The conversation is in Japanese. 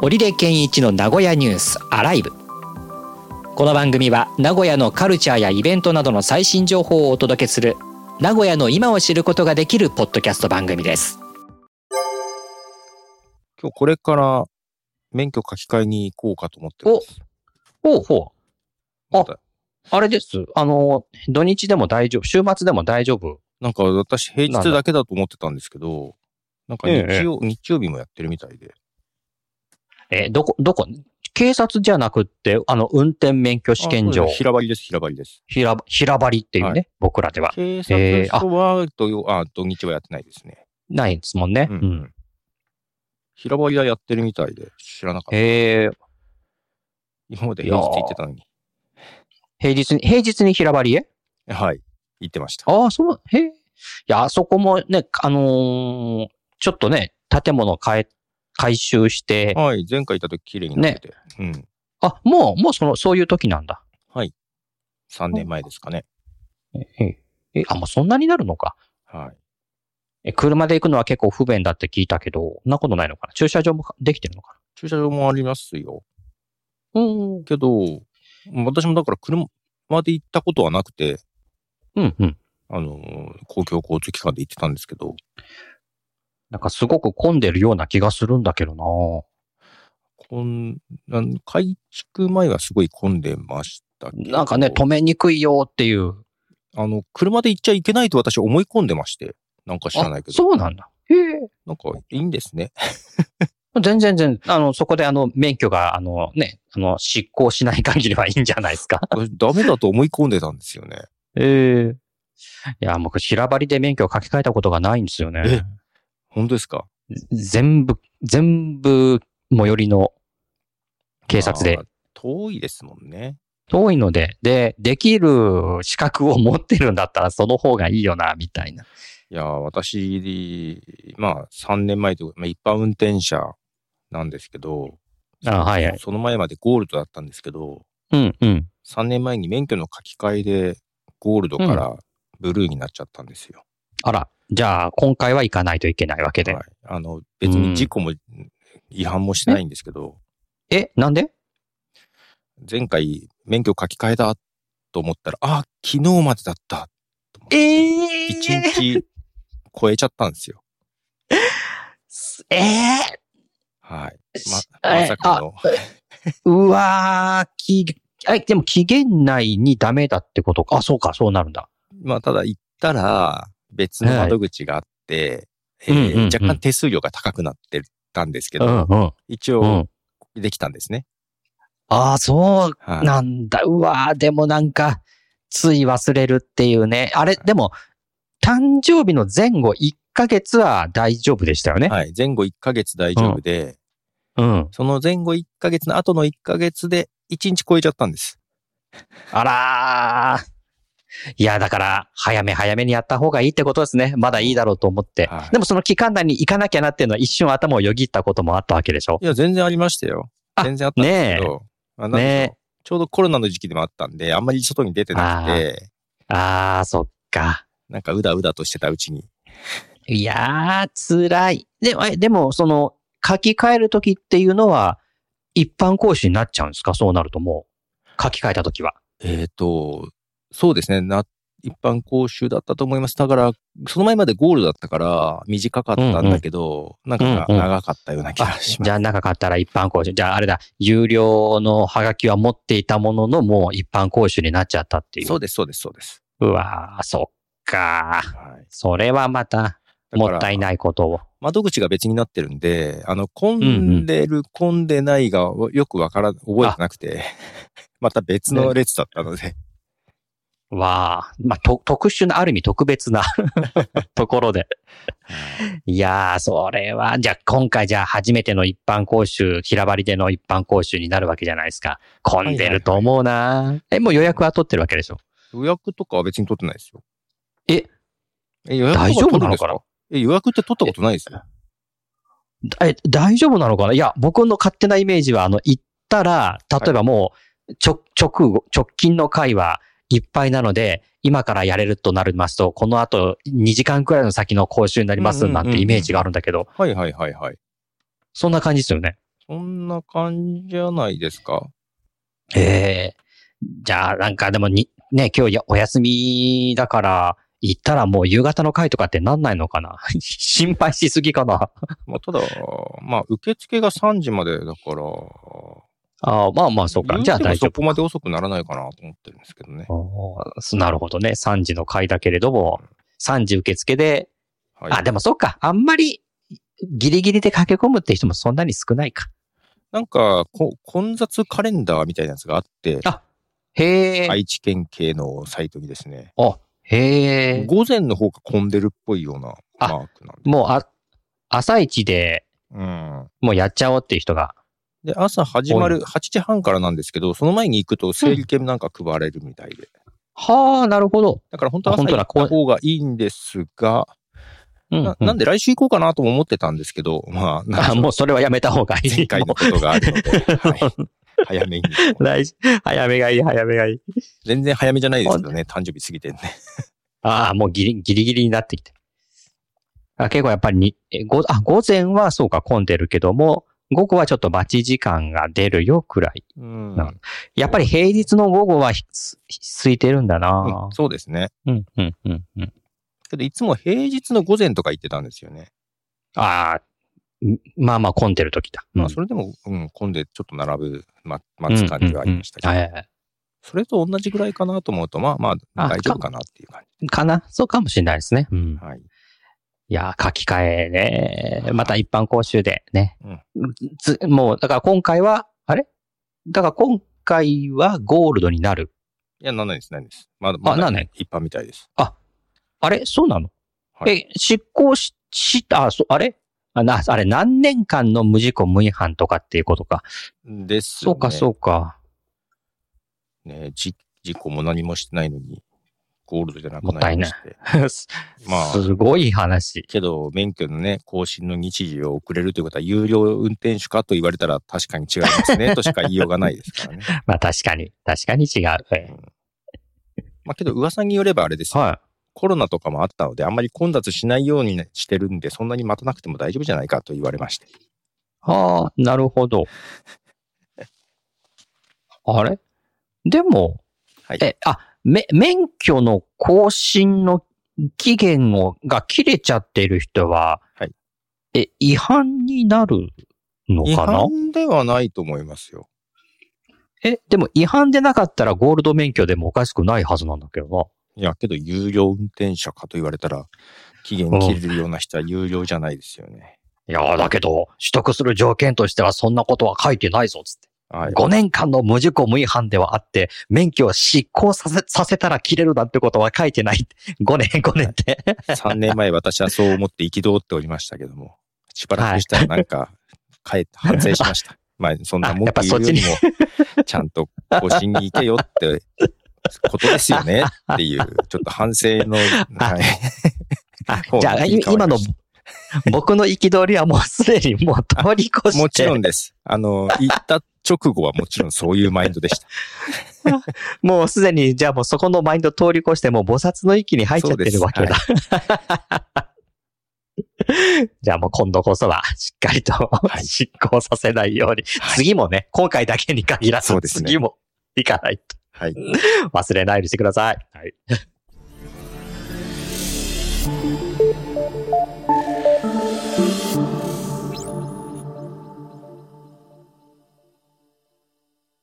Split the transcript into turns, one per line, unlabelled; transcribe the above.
織出健一の名古屋ニュースアライブこの番組は名古屋のカルチャーやイベントなどの最新情報をお届けする名古屋の今を知ることができるポッドキャスト番組です
今日これから免許書き換えに行こうかと思ってます。
ほうほお
また
う。あれです。あの、土日でも大丈夫。週末でも大丈夫。
なんか私平日だけだと思ってたんですけど、なんか日曜、日曜日もやってるみたいで。
え、どこ、どこ警察じゃなくって、あの、運転免許試験
あそう
場
です、平張りです、平張りです。
平ば、平張りっていうね、
は
僕らでは。
警察署は土曜、あ、土日はやってないですね。
ないですもんね。
う
うんん。
平張りはやってるみたいで、知らなかった。
えー
今まで平日行ってたのに。
平日に、平日に平張りへ
はい。行ってました。
ああ、そう、へえ。いや、あそこもね、あのーちょっとね、建物変え、改修して、
はい。前回行った時綺麗になってて。うん。
あ、もう、もうその、そういう時なんだ。
3年前ですかね。
え、え、あ、もうそんなになるのか。
はい。
え、車で行くのは結構不便だって聞いたけど、そんなことないのかな駐車場もできてるのか
駐車場もありますよ。
なうん。
けど、私もだから車で行ったことはなくて、
うんうん。
あの、公共交通機関で行ってたんですけど、
なんかすごく混んでるような気がするんだけどな
こんなん改築前はすごい混んでましたけど。
なんかね、止めにくいよっていう。
あの、車で行っちゃいけないと私思い込んでまして、なんか知らない
あ
けど、
そうなんだ。へえ。
なんかいいんですね。
全然全然、あの、そこであの、免許が、あのね、あの、執行しない限りはいいんじゃないですか。
私ダメだと思い込んでたんですよね。
ええいや、僕、平張りで免許を書き換えたことがないんですよね。
本当ですか
全部、全部、最寄りの警察で
まあ。遠いですもんね。
遠いので、で、できる資格を持ってるんだったらその方がいいよな、みたいな。
いやー、私、まあ、3年前と、まあ、一般運転者なんですけど、
あはいはい。
その前までゴールドだったんですけど、
うん、うん。
3年前に免許の書き換えでゴールドからブルーになっちゃったんですよ。
あら、じゃあ、今回は行かないといけないわけで。
はい、あの別に事故も違反もしてないんですけど、
え、なんで
前回免許書き換えだと思ったら、あ昨日までだった。
ええ
1日超えちゃったんですよ。
ええ
はい。ま
え
まさかの。
うわー、き、え、でも期限内にダメだってことか。あ、そうか、そうなるんだ。
まあ、ただ行ったら別の窓口があって、えー
うんうんうん
若干手数料が高くなってたんですけ
う
ど、
ん、うん、
一
う
応
ん。
できたんですね。
ああ、そう
はい
なんだ、うわーでもなんか、つい忘れるっていうね。あれ、でも、誕生日の前後1ヶ月は大丈夫でしたよね。
はい。前後1ヶ月大丈夫で、
うん。
その前後1ヶ月の後の1ヶ月で1日超えちゃったんです。
あらー。いや、だから、早め早めにやった方がいいってことですね。まだいいだろうと思って。
はい
でもその期間内に行かなきゃなっていうのは一瞬頭をよぎったこともあったわけでしょ
い。や、全然ありましたよ。
あ
全然あったんです
ね
け
え。
ど、まあなんでしょう
ね
ちょうどコロナの時期でもあったんで、あんまり外に出てなくて、
え。あー、そっか。
なんかうだうだとしてたうちに。
いやー、辛い。でも、えでも、その、書き換えるときっていうのは、一般講師になっちゃうんですかそうなるともう、書き換えたときは。
えっ、と、そうですね。な一般講習だったと思います。だから、その前までゴールだったから短かったんだけど、なんか
うんうん
長かったような気がします。
じゃあ、長かったら一般講習。じゃあ、あれだ、有料のハガキは持っていたものの、もう一般講習になっちゃったっていう。
そうです、そうです、そうです。
うわー、そっかー。
はい。
それはまた、
だか
も
ら
ったいないことを。
窓口が別になってるんで、あの、混んでる、混んでないがよくわから、覚えてなくて、 また別の列だったので、
わあ、まあ、と、特殊な、ある意味特別 なところで。いやー、それは、じゃあ今回じゃあ初めての一般講習、平張りでの一般講習になるわけじゃないですか。混んでると思うな、え、もう予約は取ってるわけでしょ
予約とかは別に取ってないですよ。
え
え、予約は
大丈夫
取
な
る
んの
です
かな
かえ、予約って取ったことないですよ。
え、大丈夫なのかないや、僕の勝手なイメージは、あの、行ったら、例えばもう、ちょ、直後、直近の回はいっぱいなので、今からやれるとなりますと、この後2時間くらいの先の講習になりま
う
す
んうんうん
な
うん
んてイメージがあるんだけど、
はいはいはいはい。
そんな感じですよね。
そんな感じじゃないですか。
ええじゃあ、なんかでもに、ね、今日やお休みだから、行ったらもう夕方の会とかってなんないのかな 心配しすぎかな
まあ、ただ、まあ、受付が3時までだから、
ああ、まあまあ、そうか。
言う
じゃあ
ても
大丈
そ
夫
こまで遅くならないかなと思ってるんですけどね。
ああすなるほどね。3時の会だけれども、3時受付で、
はい、
あ、でもそっか。あんまり、ギリギリで駆け込むって人もそんなに少ないか。
なんかこ、混雑カレンダーみたいなやつがあって、
あ、へえ。
愛知県系のサイトにですね、
へえ。
午前の方が混んでるっぽいような
あ
マークなんで。
もう、あ、朝一で
うん。
もうやっちゃおうっていう人が。
で、朝始まる8時半からなんですけど、その前に行くと整理券なんか配れるみたいで。
はあ、なるほど。
だから本当は朝
あ本
行
当
っ
だ
た方がいいんですが、
うん、
ななん
で
で来週行こうかなとも思ってたんですけど、まあ、なんでし
あ
ょう
もうそれはやめた方がいい。
前回のことがある ので、はい早めに。
来週早めがいい、早めがいい。
全然早めじゃないですけどね、誕生日過ぎてんね。
ああ、もうギリギリギリになってきてる。あ結構やっぱりにえごあ、午前はそうか混んでるけども、午後はちょっと待ち時間が出るよくらい。
うん
なやっぱり平日の午後はひす空いてるんだな
うん。そうですね。
うん、うん、うん、うん。
けど、いつも平日の午前とか行ってたんですよね。
ああ、んまあまあ混んでる時だ。
まあ、それでも、うん、混んでちょっと並ぶ、ま、待つ感じはありましたけど、
うんうんうんはいはいは
それと同じぐらいかなと思うと、まあまあ、
あ
大丈夫かなっていう感
いかなそうかもしれないですね。うん
じ。はい。
いやー、書き換えね。また一般講習でね。つもう、だから今回は、あれだから今回はゴールドになる。
いや、なんないです、なんないです。まだ、まだ
なんない
一般みたいです。
あれそうなの、
はい
え、執行し、した、あ、そあれあな、あれ、何年間の無事故無違反とかっていうことか。
です、ね。
そうか、そうか。
ねじ事故も何もしてないのに、ゴールドじゃなく
もった
ないりま
ない
して。
す
まあ
すごい話。
けど、免許のね、更新の日時を遅れるということは、有料運転手かと言われたら確かに違いますね、としか言いようがないですから ね。
まあ確かに、確かに違う。え
まあけど、噂によればあれですよ。
は
コロナとかもあったので、あんまり混雑しないようにねしてるんで、そんなに待たなくても大丈夫じゃないかと言われまして。
い。はあ、なるほど。 あれでも、
はい。
え、あ、め、免許の更新の期限を、が切れちゃってる人は、
はい
え、違反になるの
違
かな
反ではないと思いますよ。
え、でも違反でなかったらゴールド免許でもおかしくないはずなんだけどな。
いや、けど、有料運転者かと言われたら、期限切れるような人は有料じゃないですよね。
いやーだけど、取得する条件としてはそんなことは書いてないぞ、つって。
はい。
5年間の無事故無違反ではあって、免許を執行させ、させたら切れるなんてことは書いてない。5年、5年って。
3年前、私はそう思って憤っておりましたけども、しばらくしたらなんか、帰って反省しました。まあ、そんな文句言うよりも、ちゃんと更新に行けよってことですよねっていう、ちょっと反省の、はい。
あ
ほう
じゃあ、
切
い
り替わ
今
り
の
まし
僕の憤りはもうすでにもう通り越して。
もちろんです。あの、行った直後はもちろんそういうマインドでした。
もうすでに、じゃあもうそこのマインド通り越して、もう菩薩の域に入っちゃってるわけだ。 じゃあもう今度こそは、しっかりと執行させないように。次もね、今回だけに限らず、
そうですね
次も行かないと。
はい。
忘れないようにしてください。はい。